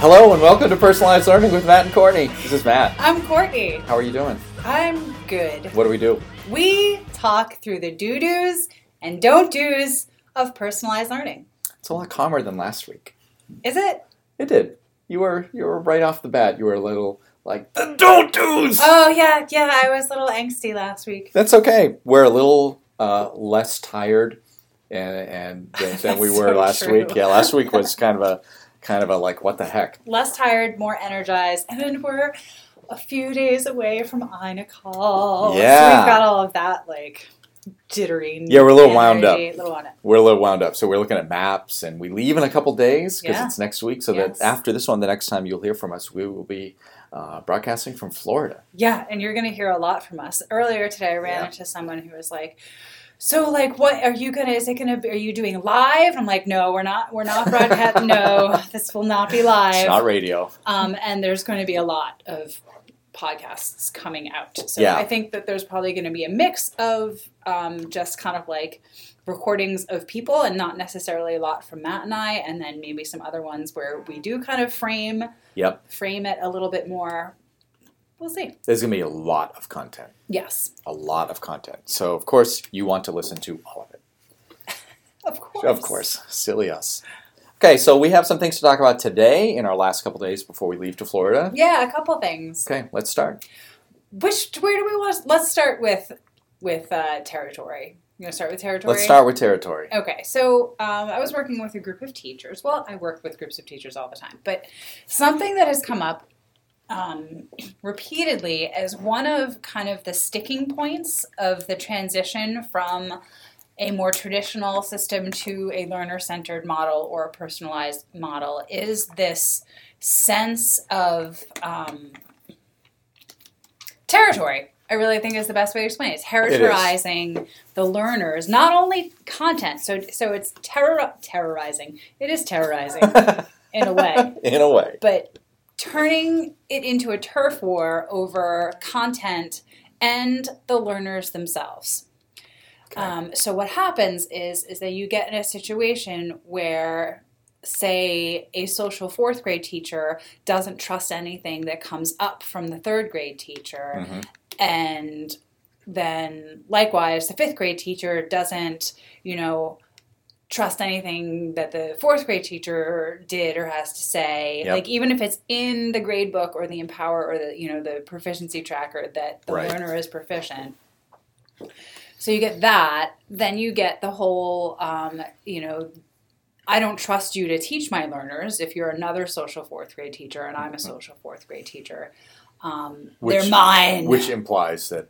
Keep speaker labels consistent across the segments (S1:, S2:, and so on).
S1: Hello and welcome to Personalized Learning with Matt and Courtney. This is Matt.
S2: I'm Courtney.
S1: How are you doing?
S2: I'm good.
S1: What do we do?
S2: We talk through the do do's and don't do's of personalized learning.
S1: It's a lot calmer than last week.
S2: Is it?
S1: It did. You were you were right off the bat. You were a little like the don't do's.
S2: Oh, yeah, yeah, I was a little angsty last week.
S1: That's okay. We're a little uh, less tired and, and than, than we
S2: That's
S1: were
S2: so
S1: last
S2: true.
S1: week. Yeah, last week was kind of a kind of a like what the heck.
S2: Less tired, more energized, and then we're a few days away from INACOL. So
S1: Yeah.
S2: we've got all of that, like, jittery.
S1: Yeah, we're a little wound up.
S2: energy, little wound up.
S1: We're a little wound up, so we're looking at maps, and we leave in a couple days because
S2: Yeah.
S1: it's next week. So
S2: Yes.
S1: that after this one, the next time you'll hear from us, we will be uh, broadcasting from Florida.
S2: Yeah, and you're going to hear a lot from us. Earlier today, I ran
S1: Yeah.
S2: into someone who was like, "So, like, what are you gonna? Is it gonna? Be, are you doing live?" I'm like, "No, we're not. We're not broadcast. no, this will not be
S1: It's
S2: live.
S1: not radio.
S2: um, and there's going to be a lot of podcasts coming out. So
S1: Yeah.
S2: I think that there's probably going to be a mix of um, just kind of like recordings of people and not necessarily a lot from Matt and I, and then maybe some other ones where we do kind of frame
S1: Yep.
S2: frame it a little bit more. We'll see.
S1: There's going to be a lot of content.
S2: Yes,
S1: A lot of content. So, of course, you want to listen to all of it.
S2: of course.
S1: Of course. Silly us. Okay, so we have some things to talk about today in our last couple days before we leave to Florida.
S2: Yeah, a couple things.
S1: Okay, let's start.
S2: Which where do we want? Let's start with with uh, territory. You want to start with territory?
S1: Let's start with territory.
S2: Okay, so um, I was working with a group of teachers. Well, I work with groups of teachers all the time, but something that has come up um, repeatedly as one of kind of the sticking points of the transition from a more traditional system to a learner centered model or a personalized model is this sense of um, territory. I really think is the best way to explain it. It's
S1: is.
S2: terrorizing the learners, not only content. So, so it's terror, terrorizing. It is terrorizing in a way
S1: in a way.
S2: but turning it into a turf war over content and the learners themselves.
S1: Okay.
S2: Um, so what happens is is that you get in a situation where say a social fourth grade teacher doesn't trust anything that comes up from the third grade teacher
S1: Mhm.
S2: and then likewise the fifth grade teacher doesn't you know trust anything that the fourth grade teacher did or has to say
S1: Yep.
S2: like even if it's in the grade book or the empower or the you know the proficiency tracker that the
S1: Right.
S2: learner is proficient so you get that then you get the whole um, you know I don't trust you to teach my learners if you're another social fourth grade teacher and I'm a social fourth grade teacher. Um,
S1: Mm-hmm. Which-
S2: they're mine.
S1: Which implies that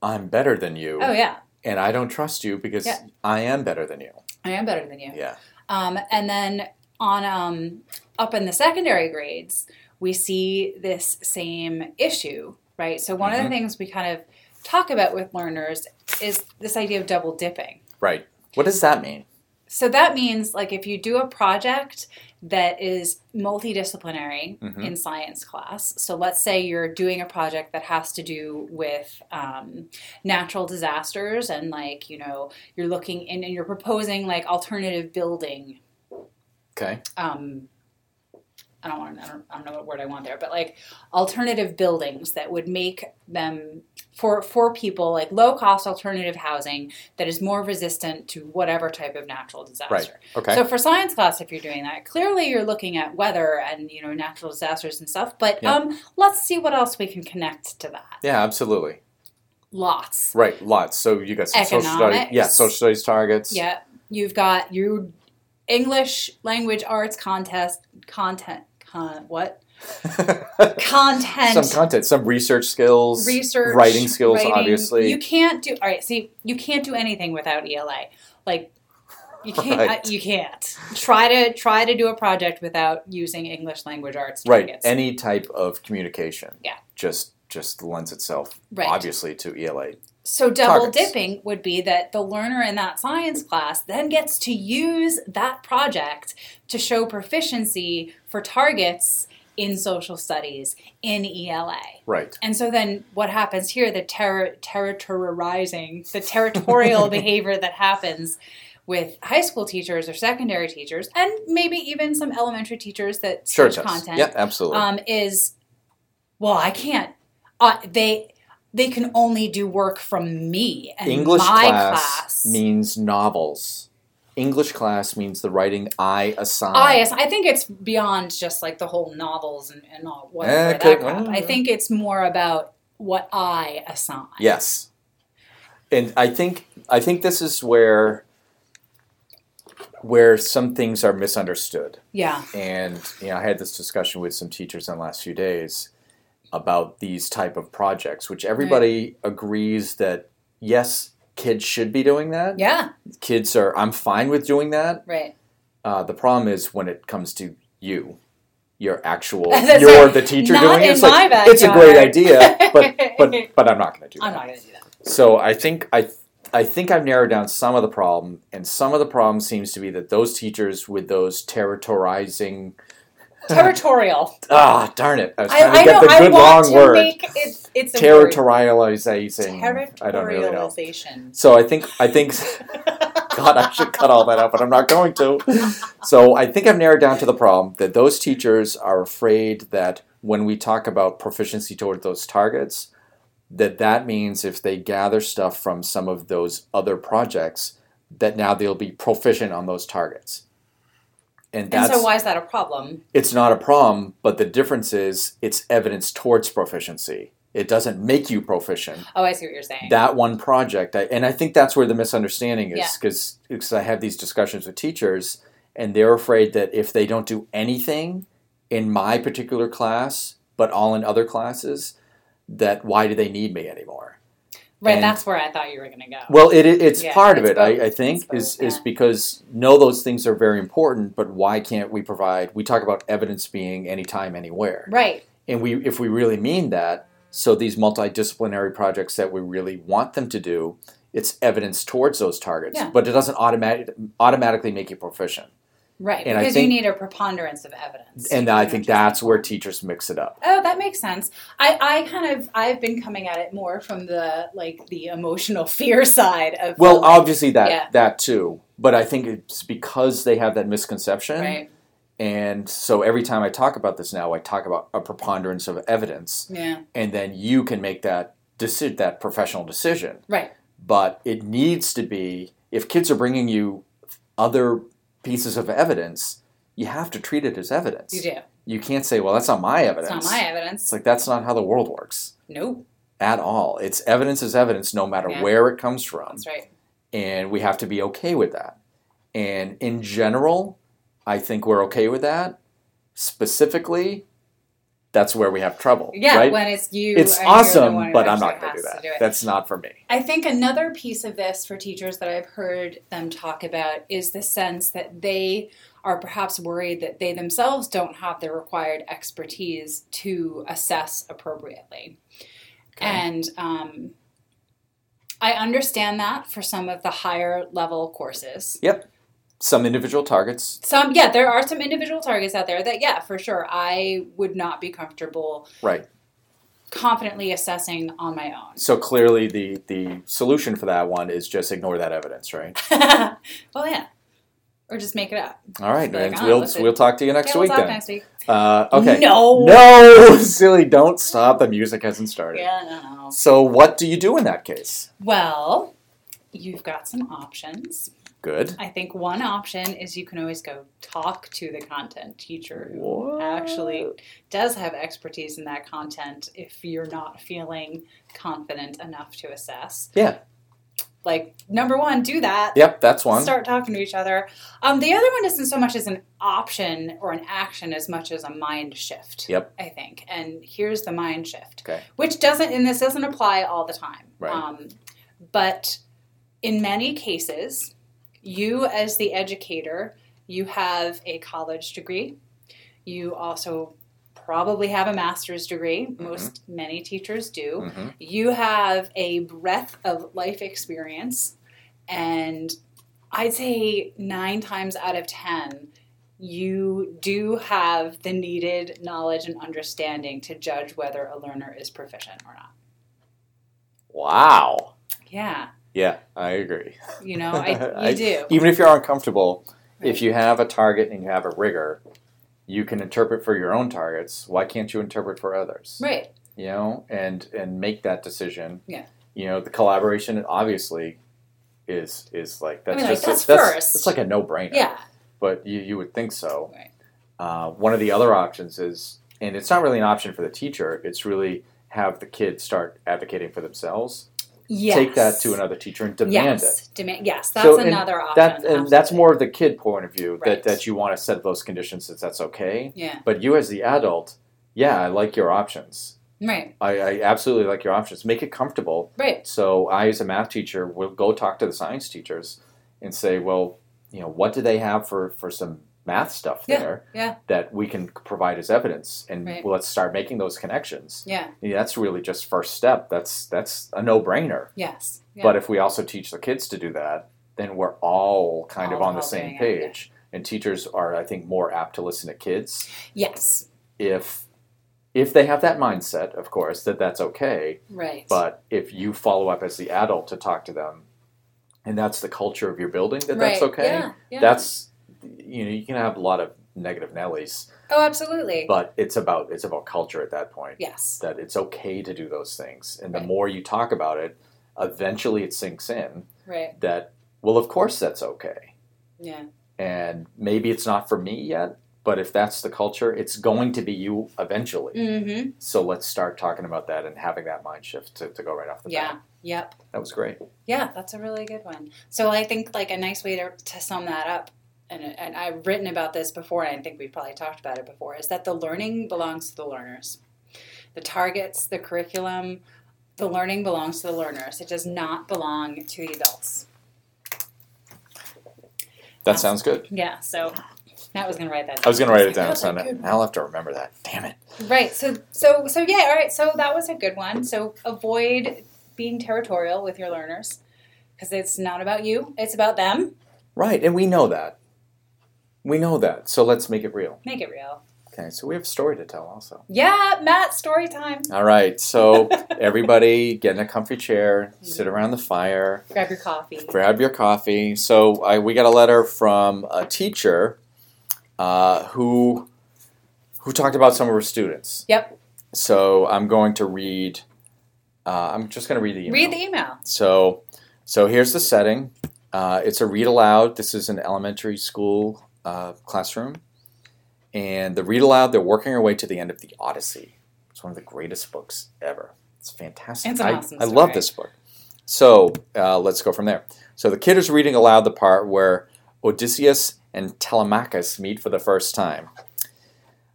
S1: I'm better than you,
S2: oh, yeah.
S1: and I don't trust you because
S2: Yeah.
S1: I am better than you.
S2: I am better than you.
S1: Yeah.
S2: Um, and then on um, up in the secondary grades, we see this same issue, right? So one of
S1: Mhm.
S2: the things we kind of talk about with learners is this idea of double dipping.
S1: Right. What does that mean?
S2: So that means, like, if you do a project that is multidisciplinary
S1: Mhm.
S2: in science class, so let's say you're doing a project that has to do with um, natural disasters and, like, you know, you're looking in and you're proposing, like, alternative building.
S1: Okay.
S2: Um, I don't want. I don't, I don't know what word I want there, but like alternative buildings that would make them for for people like low cost alternative housing that is more resistant to whatever type of natural disaster.
S1: Right. Okay.
S2: So for science class, if you're doing that, clearly you're looking at weather and you know natural disasters and stuff. But
S1: Yeah.
S2: um, let's see what else we can connect to that.
S1: yeah, absolutely.
S2: Lots.
S1: Right, lots. So you got some social studies.
S2: Economics.
S1: Yeah, social studies targets.
S2: Yeah, you've got your English language arts contest content con what content
S1: some content, some research skills,
S2: research
S1: writing skills,
S2: writing.
S1: obviously.
S2: you can't do all right see you can't do anything without ela like you can't uh,
S1: Right.
S2: you can't try to try to do a project without using english language arts
S1: right.
S2: targets.
S1: Any type of communication.
S2: Yeah.
S1: Just just lends itself
S2: Right.
S1: obviously to E ELA.
S2: So double
S1: targets.
S2: dipping would be that the learner in that science class then gets to use that project to show proficiency for targets in social studies in ELA.
S1: Right.
S2: And so then what happens here the terror terrorizing the territorial behavior that happens with high school teachers or secondary teachers, and maybe even some elementary teachers that
S1: Sure, it
S2: teach
S1: does.
S2: content.
S1: Yep, absolutely.
S2: um, is well i can't uh, they they can only do work from me and
S1: English
S2: my
S1: class,
S2: class
S1: means novels. English class means the writing I assign.
S2: I, Ah, I think it's beyond just like the whole novels and, and all
S1: Eh,
S2: whatever that
S1: could-
S2: crap. I
S1: mm.
S2: think it's more about what I assign.
S1: Yes. And I think I think this is where where some things are misunderstood.
S2: Yeah.
S1: And you know, I had this discussion with some teachers in the last few days about these type of projects, which everybody
S2: Mm.
S1: agrees that yes, kids should be doing that.
S2: Yeah.
S1: Kids are I'm fine with doing that.
S2: Right.
S1: Uh, the problem is when it comes to you, your actual,
S2: That's
S1: you're
S2: right.
S1: the teacher
S2: Not
S1: doing it.
S2: in
S1: It's
S2: my
S1: like it's a great
S2: backyard.
S1: idea, but but but I'm not going to do that.
S2: I'm not going to do that.
S1: So I think I I think I've narrowed down some of the problem, and some of the problem seems to be that those teachers with those territorizing
S2: Territorial.
S1: ah darn it, I was trying
S2: I,
S1: to
S2: I
S1: get
S2: know.
S1: the
S2: I
S1: good
S2: want
S1: long
S2: to
S1: word
S2: make it. It's a word.
S1: territorializing. I don't really know.
S2: Territorialization.
S1: So I think I think God, I should cut all that out, but I'm not going to. So I think I've narrowed down to the problem that those teachers are afraid that when we talk about proficiency toward those targets, that that means if they gather stuff from some of those other projects, that now they'll be proficient on those targets. And
S2: And
S1: that's
S2: so, why is that a problem?
S1: it's not a problem, but the difference is it's evidence towards proficiency. It doesn't make you proficient
S2: Oh, I see what you're saying.
S1: that one project I, and i think that's where the misunderstanding
S2: Yeah.
S1: is because i have these discussions with teachers and they're afraid that if they don't do anything in my particular class but all in other classes that why do they need me anymore
S2: right.
S1: and-
S2: That's where I thought you were going to go.
S1: well it, it- it's
S2: Yeah,
S1: part of
S2: it's
S1: it I,
S2: both.
S1: I think
S2: It's
S1: is,
S2: both,
S1: is
S2: yeah.
S1: because no those things are very important but why can't we provide we talk about evidence being anytime anywhere
S2: right.
S1: and we if we really mean that so these multidisciplinary projects that we really want them to do it's evidence towards those targets
S2: Yeah.
S1: but it doesn't automatic, automatically make you proficient
S2: Right,
S1: And I
S2: because
S1: think-
S2: you need a preponderance of evidence.
S1: and
S2: You
S1: i
S2: know,
S1: think
S2: just like-
S1: that's where teachers mix it up
S2: Oh, that makes sense. I, I kind of I've been coming at it more from the like the emotional fear side of
S1: well obviously that
S2: Yeah.
S1: that too but i think it's because they have that misconception
S2: right
S1: and so every time i talk about this now i talk about a preponderance of evidence
S2: yeah
S1: and then you can make that decision that professional decision
S2: right
S1: but it needs to be if kids are bringing you other pieces of evidence you have to treat it as evidence
S2: you do
S1: You can't say well that's not my
S2: it's
S1: evidence
S2: not my evidence
S1: It's like that's not how the world works
S2: no
S1: at all it's evidence is evidence no matter
S2: Yeah.
S1: where it comes from
S2: that's right
S1: and we have to be okay with that and in general i think we're okay with that specifically that's where we have trouble
S2: yeah
S1: right
S2: when it's you
S1: it's
S2: and you're the one
S1: awesome
S2: who
S1: but i'm
S2: actually
S1: not going to
S2: has
S1: do that
S2: to do it.
S1: that's not for me
S2: I think another piece of this for teachers that I've heard them talk about is the sense that they are perhaps worried that they themselves don't have the required expertise to assess appropriately.
S1: Okay.
S2: And um, I understand that for some of the higher level courses.
S1: some individual targets
S2: Some, yeah, there are some individual targets out there that, yeah, for sure, I would not be comfortable
S1: right
S2: confidently assessing on my own.
S1: So clearly, the the solution for that one is just ignore that evidence, right?
S2: well, yeah. Or just make it up.
S1: All right,
S2: Like,
S1: and
S2: oh,
S1: we'll
S2: listen.
S1: we'll talk to you next
S2: yeah, we'll
S1: week
S2: talk
S1: then.
S2: next week.
S1: Uh, okay.
S2: No.
S1: No, silly, don't stop. The music hasn't started.
S2: Yeah, no, no.
S1: So what do you do in that case?
S2: Well, you've got some options.
S1: Good.
S2: I think one option is you can always go talk to the content teacher who
S1: What?
S2: actually does have expertise in that content if you're not feeling confident enough to assess.
S1: Yeah.
S2: Like, number one, do that.
S1: Yep, that's one.
S2: Start talking to each other. Um, the other one isn't so much as an option or an action as much as a mind shift.
S1: Yep.
S2: I think. And here's the mind shift.
S1: Okay.
S2: Which doesn't, and this doesn't apply all the time.
S1: Right.
S2: Um, but in many cases, you as the educator, you have a college degree. You also probably have a master's degree.
S1: Mm-hmm.
S2: Most, many teachers do
S1: hmm
S2: you have a breadth of life experience and i'd say nine times out of ten you do have the needed knowledge and understanding to judge whether a learner is proficient or not
S1: Wow.
S2: yeah
S1: Yeah, I agree.
S2: You know, Oh, I,
S1: I-
S2: you do.
S1: Even if you're uncomfortable,
S2: Right.
S1: if you have a target and you have a rigor, you can interpret for your own targets. Why can't you interpret for others?
S2: Right.
S1: You know, and and make that decision.
S2: Yeah.
S1: You know, the collaboration obviously is is like that's
S2: mean, like,
S1: just
S2: that's
S1: that's,
S2: first.
S1: that's like a no brainer.
S2: Yeah.
S1: But you you would think so.
S2: Right.
S1: Uh, one of the other options is, and it's not really an option for the teacher. It's really have the kids start advocating for themselves.
S2: Yes.
S1: Take that to another teacher and demand it.
S2: yes. Demand. Yes. That's
S1: So, and
S2: another option.
S1: That and that's
S2: absolutely.
S1: more of the kid point of view
S2: Right.
S1: that, that you want to set those conditions that that's okay.
S2: Yeah.
S1: But you as the adult, yeah, I like your options.
S2: Right.
S1: I, I absolutely like your options. Make it comfortable.
S2: Right.
S1: So I as a math teacher will go talk to the science teachers and say, well, you know, what do they have for, for some math stuff
S2: Yeah,
S1: there
S2: yeah.
S1: that we can provide as evidence and
S2: Right.
S1: let's start making those connections.
S2: Yeah.
S1: Yeah, that's really just first step. That's that's a no brainer.
S2: Yes. Yeah.
S1: But if we also teach the kids to do that, then we're all kind of
S2: All
S1: on the same
S2: helping out, yeah.
S1: page. And teachers are, I think, more apt to listen to kids
S2: yes.
S1: if if they have that mindset, of course, that that's okay.
S2: Right.
S1: But if you follow up as the adult to talk to them, and that's the culture of your building, that that's
S2: Right.
S1: okay.
S2: Yeah. Yeah.
S1: That's you know you can have a lot of negative Nellies,
S2: oh, absolutely.
S1: but it's about it's about culture at that point
S2: yes.
S1: that it's okay to do those things, and the
S2: Right.
S1: more you talk about it, eventually it sinks in
S2: Right.
S1: that well of course that's okay
S2: Yeah.
S1: and maybe it's not for me yet but if that's the culture it's going to be you eventually
S2: Mm-hmm.
S1: so let's start talking about that and having that mind shift to, to go right off the
S2: Yeah.
S1: bat
S2: Yep.
S1: that was great
S2: Yeah, that's a really good one. So I think like a nice way to, to sum that up, and, and I've written about this before, and I think we've probably talked about it before, is that the learning belongs to the learners. The targets, the curriculum, the learning belongs to the learners. It does not belong to the adults.
S1: that sounds good
S2: Yeah, so Matt was gonna write that down.
S1: i was going to write it down
S2: That's a
S1: so
S2: good
S1: i'll have to remember that damn it
S2: Right. So so so yeah. All right. So that was a good one. So avoid being territorial with your learners because it's not about you. It's about them.
S1: right and we know that we know that so let's make it real
S2: Make it real.
S1: okay so we have a story to tell also
S2: Yeah, Matt. Story time.
S1: all right so everybody get in a comfy chair sit around the fire
S2: Grab your coffee.
S1: grab your coffee. So I, we got a letter from a teacher uh, who who talked about some of her students.
S2: Yep.
S1: So I'm going to read. Uh, I'm just going to read the email.
S2: Read the email.
S1: So, so here's the setting. Uh, it's a read aloud. This is an elementary school uh, classroom, and the read aloud. They're working their way to the end of the Odyssey. It's one of the greatest books ever. It's fantastic.
S2: It's an
S1: I,
S2: awesome
S1: I love
S2: story.
S1: this book. So uh, let's go from there. So the kid is reading aloud the part where Odysseus and Telemachus meet for the first time.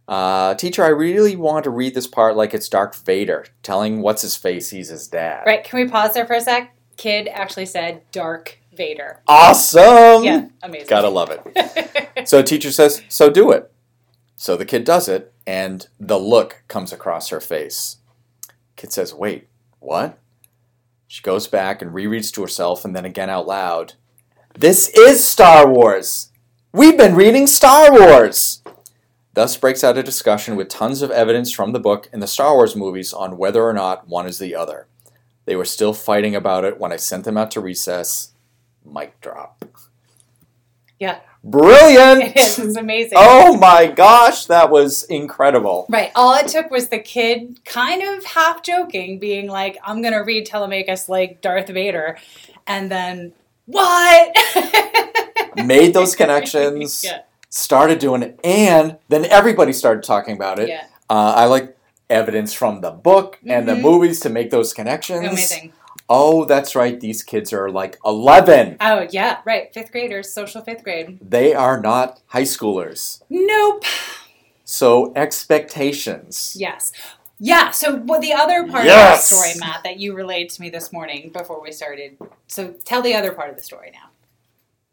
S1: Uh, teacher, I really want to read this part like it's Dark Vader telling what's his face he's his dad.
S2: Right. Can we pause there for a sec? Kid actually said Dark Vader.
S1: Awesome.
S2: Yeah. Amazing.
S1: Oh. Gotta love it. So teacher says, "So do it." So the kid does it, and the look comes across her face. Kid says, "Wait, what?" She goes back and rereads to herself, and then again out loud, "This is Star Wars. We've been reading Star Wars." Thus breaks out a discussion with tons of evidence from the book and the Star Wars movies on whether or not one is the other. They were still fighting about it when I sent them out to recess. Mic drop.
S2: yeah.
S1: Brilliant!
S2: It is. It's amazing.
S1: Oh my gosh, that was incredible.
S2: Right. All it took was the kid kind of half joking, being like, I'm going to read Telemachus like Darth Vader. And then, what?
S1: Made those connections,
S2: yeah.
S1: started doing it, and then everybody started talking about it.
S2: Yeah.
S1: Uh, I like evidence from the book and the
S2: Mhm.
S1: movies to make those connections.
S2: Amazing.
S1: Oh, that's right. These kids are like 11.
S2: Oh, yeah. Right. Fifth graders, social fifth grade.
S1: They are not high schoolers.
S2: Nope.
S1: So, expectations.
S2: Yes. Yeah. So well, the other part
S1: Yes!
S2: of the story, Matt, that you relayed to me this morning before we started. So tell the other part of the story now,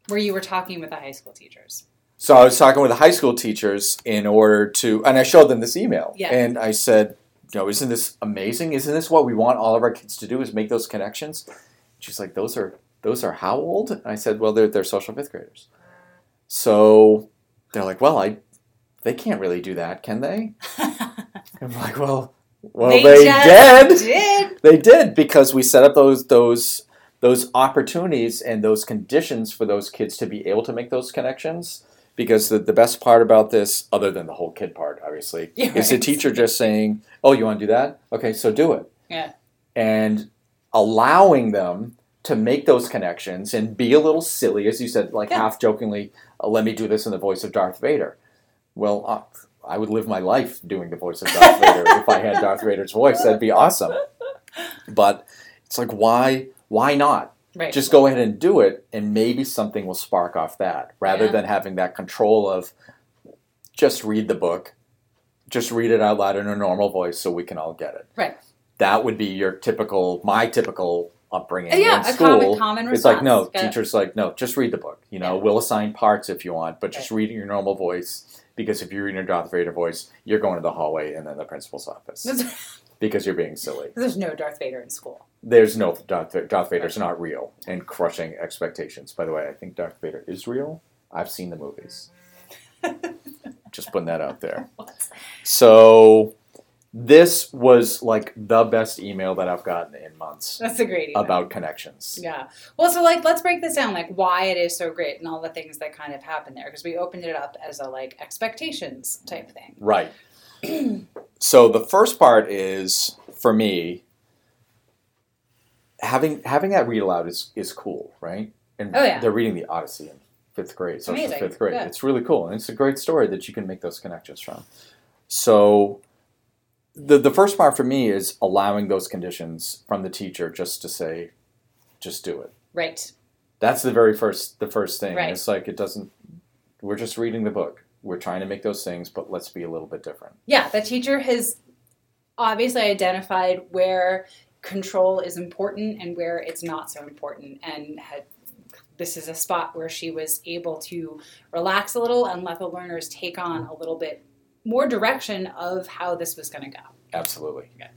S2: where you were talking with the high school teachers.
S1: So I was talking with the high school teachers in order to, and I showed them this email,
S2: Yeah.
S1: and I said, "You know, isn't this amazing? Isn't this what we want all of our kids to do? Is make those connections?" She's like, "Those are those are how old?" And I said, "Well, they're they're social fifth graders." So they're like, "Well, I, they can't really do that, can they?" I'm like, "Well, well, they,
S2: just
S1: did.
S2: did.
S1: They did because we set up those those those opportunities and those conditions for those kids to be able to make those connections. Because the, the best part about this, other than the whole kid part, obviously,
S2: Yeah,
S1: is the
S2: right.
S1: teacher just saying, Oh, you want to do that? Okay, so do it.
S2: Yeah.
S1: And allowing them to make those connections and be a little silly, as you said, like
S2: Yeah.
S1: half jokingly, "Uh, let me do this in the voice of Darth Vader. Well, uh, I would live my life doing the voice of Darth Vader if I had Darth Vader's voice. That'd be awesome. But it's like, why? Why not?
S2: Right.
S1: Just go ahead and do it, and maybe something will spark off that, rather
S2: Yeah.
S1: than having that control of just read the book, just read it out loud in a normal voice, so we can all get it.
S2: Right.
S1: That would be your typical, my typical upbringing
S2: yeah,
S1: in
S2: a
S1: school.
S2: common common response.
S1: It's like no,
S2: Got it.
S1: teacher's like no, just read the book. You know,
S2: Yeah.
S1: we'll assign parts if you want, but just read in your normal voice because if you're reading in Darth Vader voice, you're going to the hallway and then the principal's office because you're being silly.
S2: There's no Darth Vader in school.
S1: There's no Darth, Darth Vader's not real and crushing expectations. By the way, I think Darth Vader is real. I've seen the movies. just putting that out there. So this was like the best email that I've gotten in months
S2: That's a great email.
S1: about connections.
S2: Yeah. Well, so like, let's break this down, like why it is so great and all the things that kind of happen there, because we opened it up as a like expectations type thing.
S1: Right. so the first part is for me having having that read aloud is is cool, right? And
S2: Oh, yeah.
S1: they're reading the Odyssey in fifth grade, so it's in
S2: Amazing.
S1: fifth grade.
S2: Yeah.
S1: It's really cool, and it's a great story that you can make those connections from. So. The, the first part for me is allowing those conditions from the teacher just to say, just do it.
S2: Right.
S1: That's the very first the first thing.
S2: Right.
S1: It's like it doesn't. We're just reading the book. We're trying to make those things, but let's be a little bit different.
S2: Yeah. The teacher has obviously identified where control is important and where it's not so important, and had this is a spot where she was able to relax a little and let the learners take on a little bit more direction of how this was going to go.
S1: Absolutely.
S2: Okay.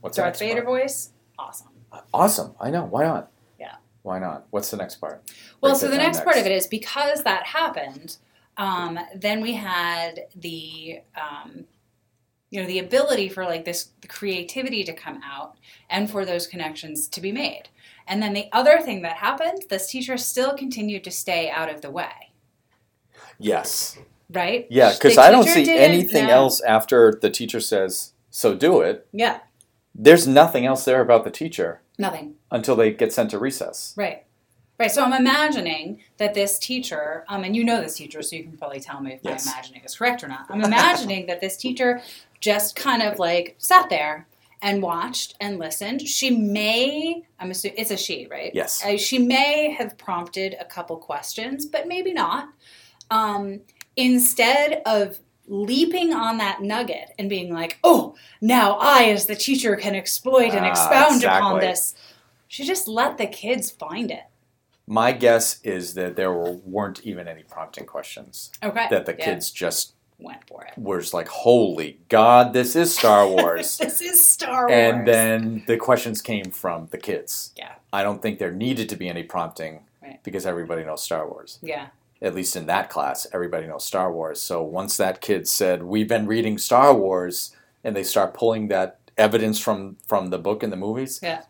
S1: What's
S2: Darth
S1: the
S2: Vader
S1: next
S2: voice, awesome.
S1: part? Awesome. I know. Why not?
S2: Yeah.
S1: Why not? What's the next part?
S2: Well,
S1: Break
S2: so
S1: that
S2: the
S1: down
S2: next part of it is because that happened, um, then we had the um, you know the ability for like this creativity to come out and for those connections to be made. And then the other thing that happened, this teacher still continued to stay out of the way,
S1: Yes.
S2: right?
S1: Yeah,
S2: The
S1: because I don't
S2: teacher
S1: see
S2: didn't
S1: anything
S2: know-
S1: else after the teacher says, so do it.
S2: Yeah,
S1: There's nothing else there about the teacher
S2: nothing.
S1: until they get sent to recess.
S2: Right. Right. So I'm imagining that this teacher, um, and you know this teacher, so you can probably tell me if
S1: Yes.
S2: my imagining is correct or not. I'm imagining that this teacher just kind of like sat there and watched and listened. She may, I'm assuming, it's a she, right?
S1: Yes.
S2: Uh, she may have prompted a couple questions, but maybe not. Um, instead of leaping on that nugget and being like, oh, now I, as the teacher, can exploit and
S1: Ah,
S2: expound upon
S1: exactly.
S2: this, she just let the kids find it.
S1: My guess is that there were, weren't even any prompting questions,
S2: Okay.
S1: that the
S2: Yeah.
S1: kids just
S2: went for it.
S1: were just like, holy God, this is Star Wars.
S2: This is Star Wars.
S1: and then the questions came from the kids.
S2: Yeah.
S1: I don't think there needed to be any prompting
S2: Right.
S1: because everybody knows Star Wars.
S2: yeah,
S1: At least in that class, everybody knows Star Wars. So once that kid said, "We've been reading Star Wars," and they start pulling that evidence from from the book and the movies, uh,
S2: yeah,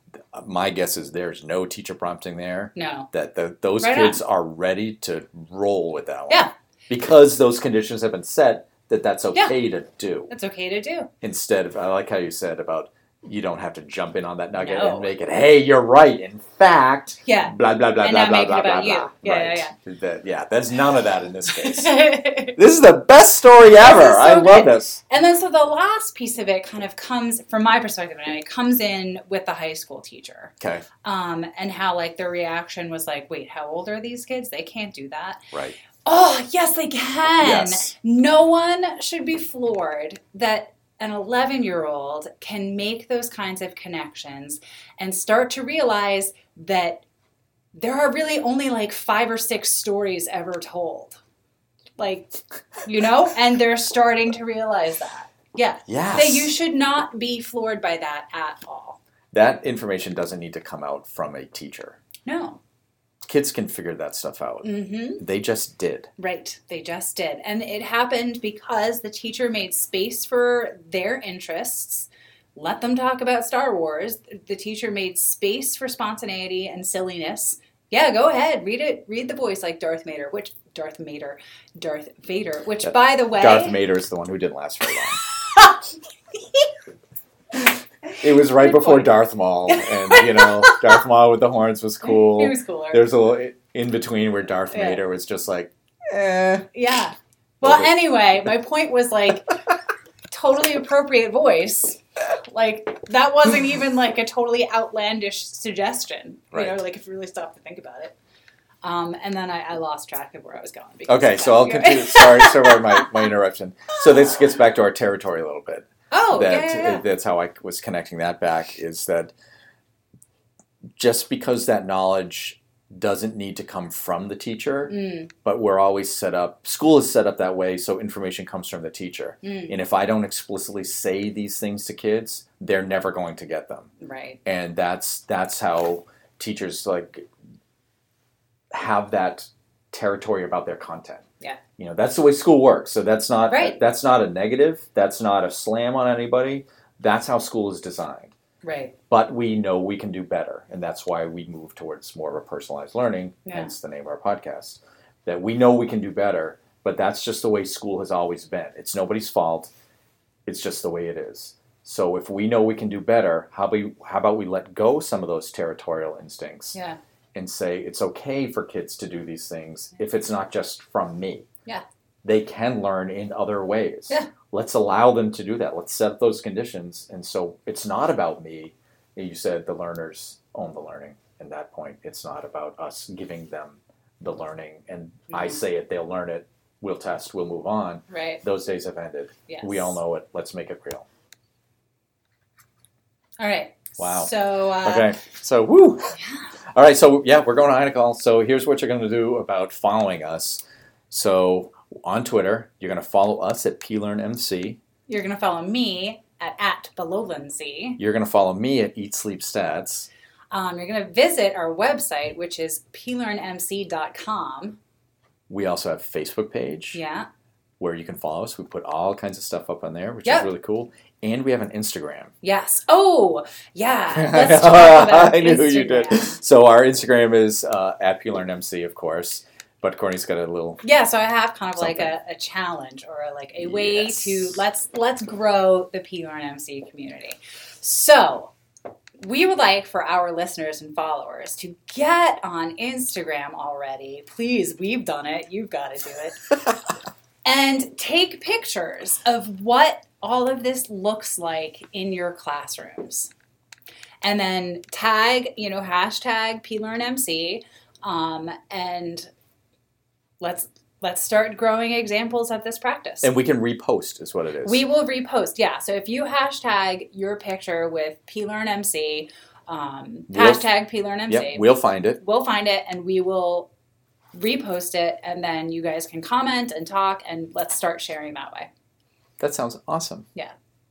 S1: my guess is there's no teacher prompting there.
S2: no,
S1: That the, those
S2: Right
S1: kids are ready to roll with that one.
S2: yeah.
S1: Because those conditions have been set that that's
S2: Yeah.
S1: okay to do
S2: That's okay to do.
S1: instead of I like how you said about you don't have to jump in on that nugget
S2: No.
S1: and make it hey you're right in fact
S2: Yeah.
S1: blah blah blah
S2: And
S1: blah
S2: not
S1: blah
S2: make it
S1: blah blah
S2: about you.
S1: blah
S2: Yeah,
S1: right
S2: yeah,
S1: That- yeah there's none of that in this case
S2: and
S1: this is the best story ever
S2: is so
S1: I love
S2: good.
S1: this
S2: then, so the last piece of it kind of comes from my perspective, and it comes in with the high school teacher,
S1: okay
S2: um, and how like the reaction was like, "Wait, how old are these kids? They can't do that."
S1: right
S2: Oh, yes, they can.
S1: Yes.
S2: No one should be floored that an 11 year old can make those kinds of connections and start to realize that there are really only like five or six stories ever told. Like, you know, and they're starting to realize that. Yeah.
S1: yes
S2: That you should not be floored by that at all.
S1: that information doesn't need to come out from a teacher
S2: No.
S1: kids can figure that stuff out
S2: hmm.
S1: they just did
S2: Right, they just did. And it happened because the teacher made space for their interests, let them talk about Star Wars. The teacher made space for spontaneity and silliness. Yeah, go ahead, read it. Read the voice like Darth Mater, which Darth Mater, Darth Vader. Which, by the way,
S1: Darth Mater is the one who didn't last very long. it was right
S2: Good
S1: before
S2: point.
S1: Darth Maul, and you know, Darth Maul with the horns was cool.
S2: He was cooler.
S1: There's a little in between where Darth
S2: Yeah.
S1: Vader was just like, eh.
S2: Yeah. Well,
S1: Okay.
S2: anyway, my point was like totally appropriate voice. Like that wasn't even like a totally outlandish suggestion. You
S1: Right.
S2: know, like if you really stop to think about it. Um, and then I, I lost track of where I was going. because
S1: Okay,
S2: of
S1: so
S2: that.
S1: I'll continue. Sorry, sorry, my, my interruption. So this gets back to our territory a little bit.
S2: oh, yeah,
S1: that uh,
S2: yeah, yeah.
S1: that's how I was connecting that back is that just because that knowledge doesn't need to come from the teacher,
S2: Mm,
S1: but we're always set up. School is set up that way, so information comes from the teacher.
S2: mm,
S1: And if I don't explicitly say these things to kids, they're never going to get them.
S2: right.
S1: And that's that's how teachers like have that territory about their content.
S2: Yeah.
S1: You know, that's the way school works. So that's not
S2: Right.
S1: that's not a negative, that's not a slam on anybody. That's how school is designed.
S2: Right.
S1: But we know we can do better, and that's why we move towards more of a personalized learning,
S2: Yeah.
S1: hence the name of our podcast. That we know we can do better, but that's just the way school has always been. It's nobody's fault. It's just the way it is. So if we know we can do better, how about how about we let go some of those territorial instincts
S2: Yeah.
S1: and say it's okay for kids to do these things if it's not just from me.
S2: Yeah.
S1: They can learn in other ways.
S2: Yeah.
S1: Let's allow them to do that. Let's set up those conditions. And so it's not about me. You said the learners own the learning. At that point, it's not about us giving them the learning. And I
S2: Mhm.
S1: say it, they'll learn it, we'll test, we'll move on.
S2: Right.
S1: Those days have ended.
S2: Yes.
S1: We all know it. Let's make it real.
S2: All right.
S1: Wow.
S2: So uh,
S1: Okay, so woo. All right, so yeah, we're going to Heinecall. So here's what you're going to do about following us. So on Twitter, you're going to follow us at PLearnMC.
S2: you're gonna follow me at at Belovency.
S1: You're going to follow me at Eat Sleep Stats.
S2: Um, you're going to visit our website, which is plearnmc.com.
S1: We also have Facebook page
S2: Yeah.
S1: where you can follow us. We put all kinds of stuff up on there, which
S2: Yep.
S1: is really cool. And we have an Instagram.
S2: Yes. Oh, yeah. Let's talk about
S1: I knew you did.
S2: Instagram.
S1: So our Instagram is uh, at PLearnMC, of course. But Courtney's got a little
S2: Yeah, so I have kind of like
S1: Something.
S2: a, a challenge or a, like a way
S1: Yes.
S2: to let's let's grow the PLearnMC community. So we would like for our listeners and followers to get on Instagram already. Please, we've done it. You've got to do it. and take pictures of what all of this looks like in your classrooms. And then tag, you know, hashtag PLearnMC, um, and let's let's start growing examples of this practice.
S1: and we can repost is what it is.
S2: We will repost, yeah. So if you hashtag your picture with PLearnMC, um,
S1: We'll-
S2: hashtag PLearnMC,
S1: yep, we'll find it.
S2: we'll find it and we will repost it and then you guys can comment and talk and let's start sharing that way
S1: That sounds awesome.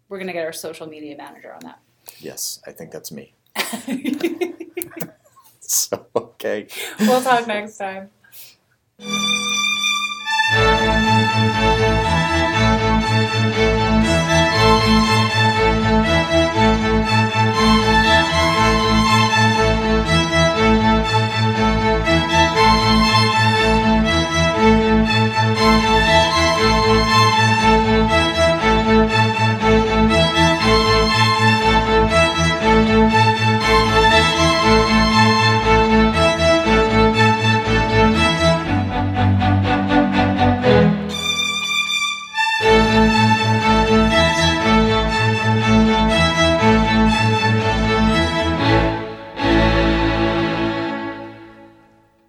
S2: we're going to get our social media manager on that
S1: Yes, I think that's me. So okay.
S2: we'll talk next time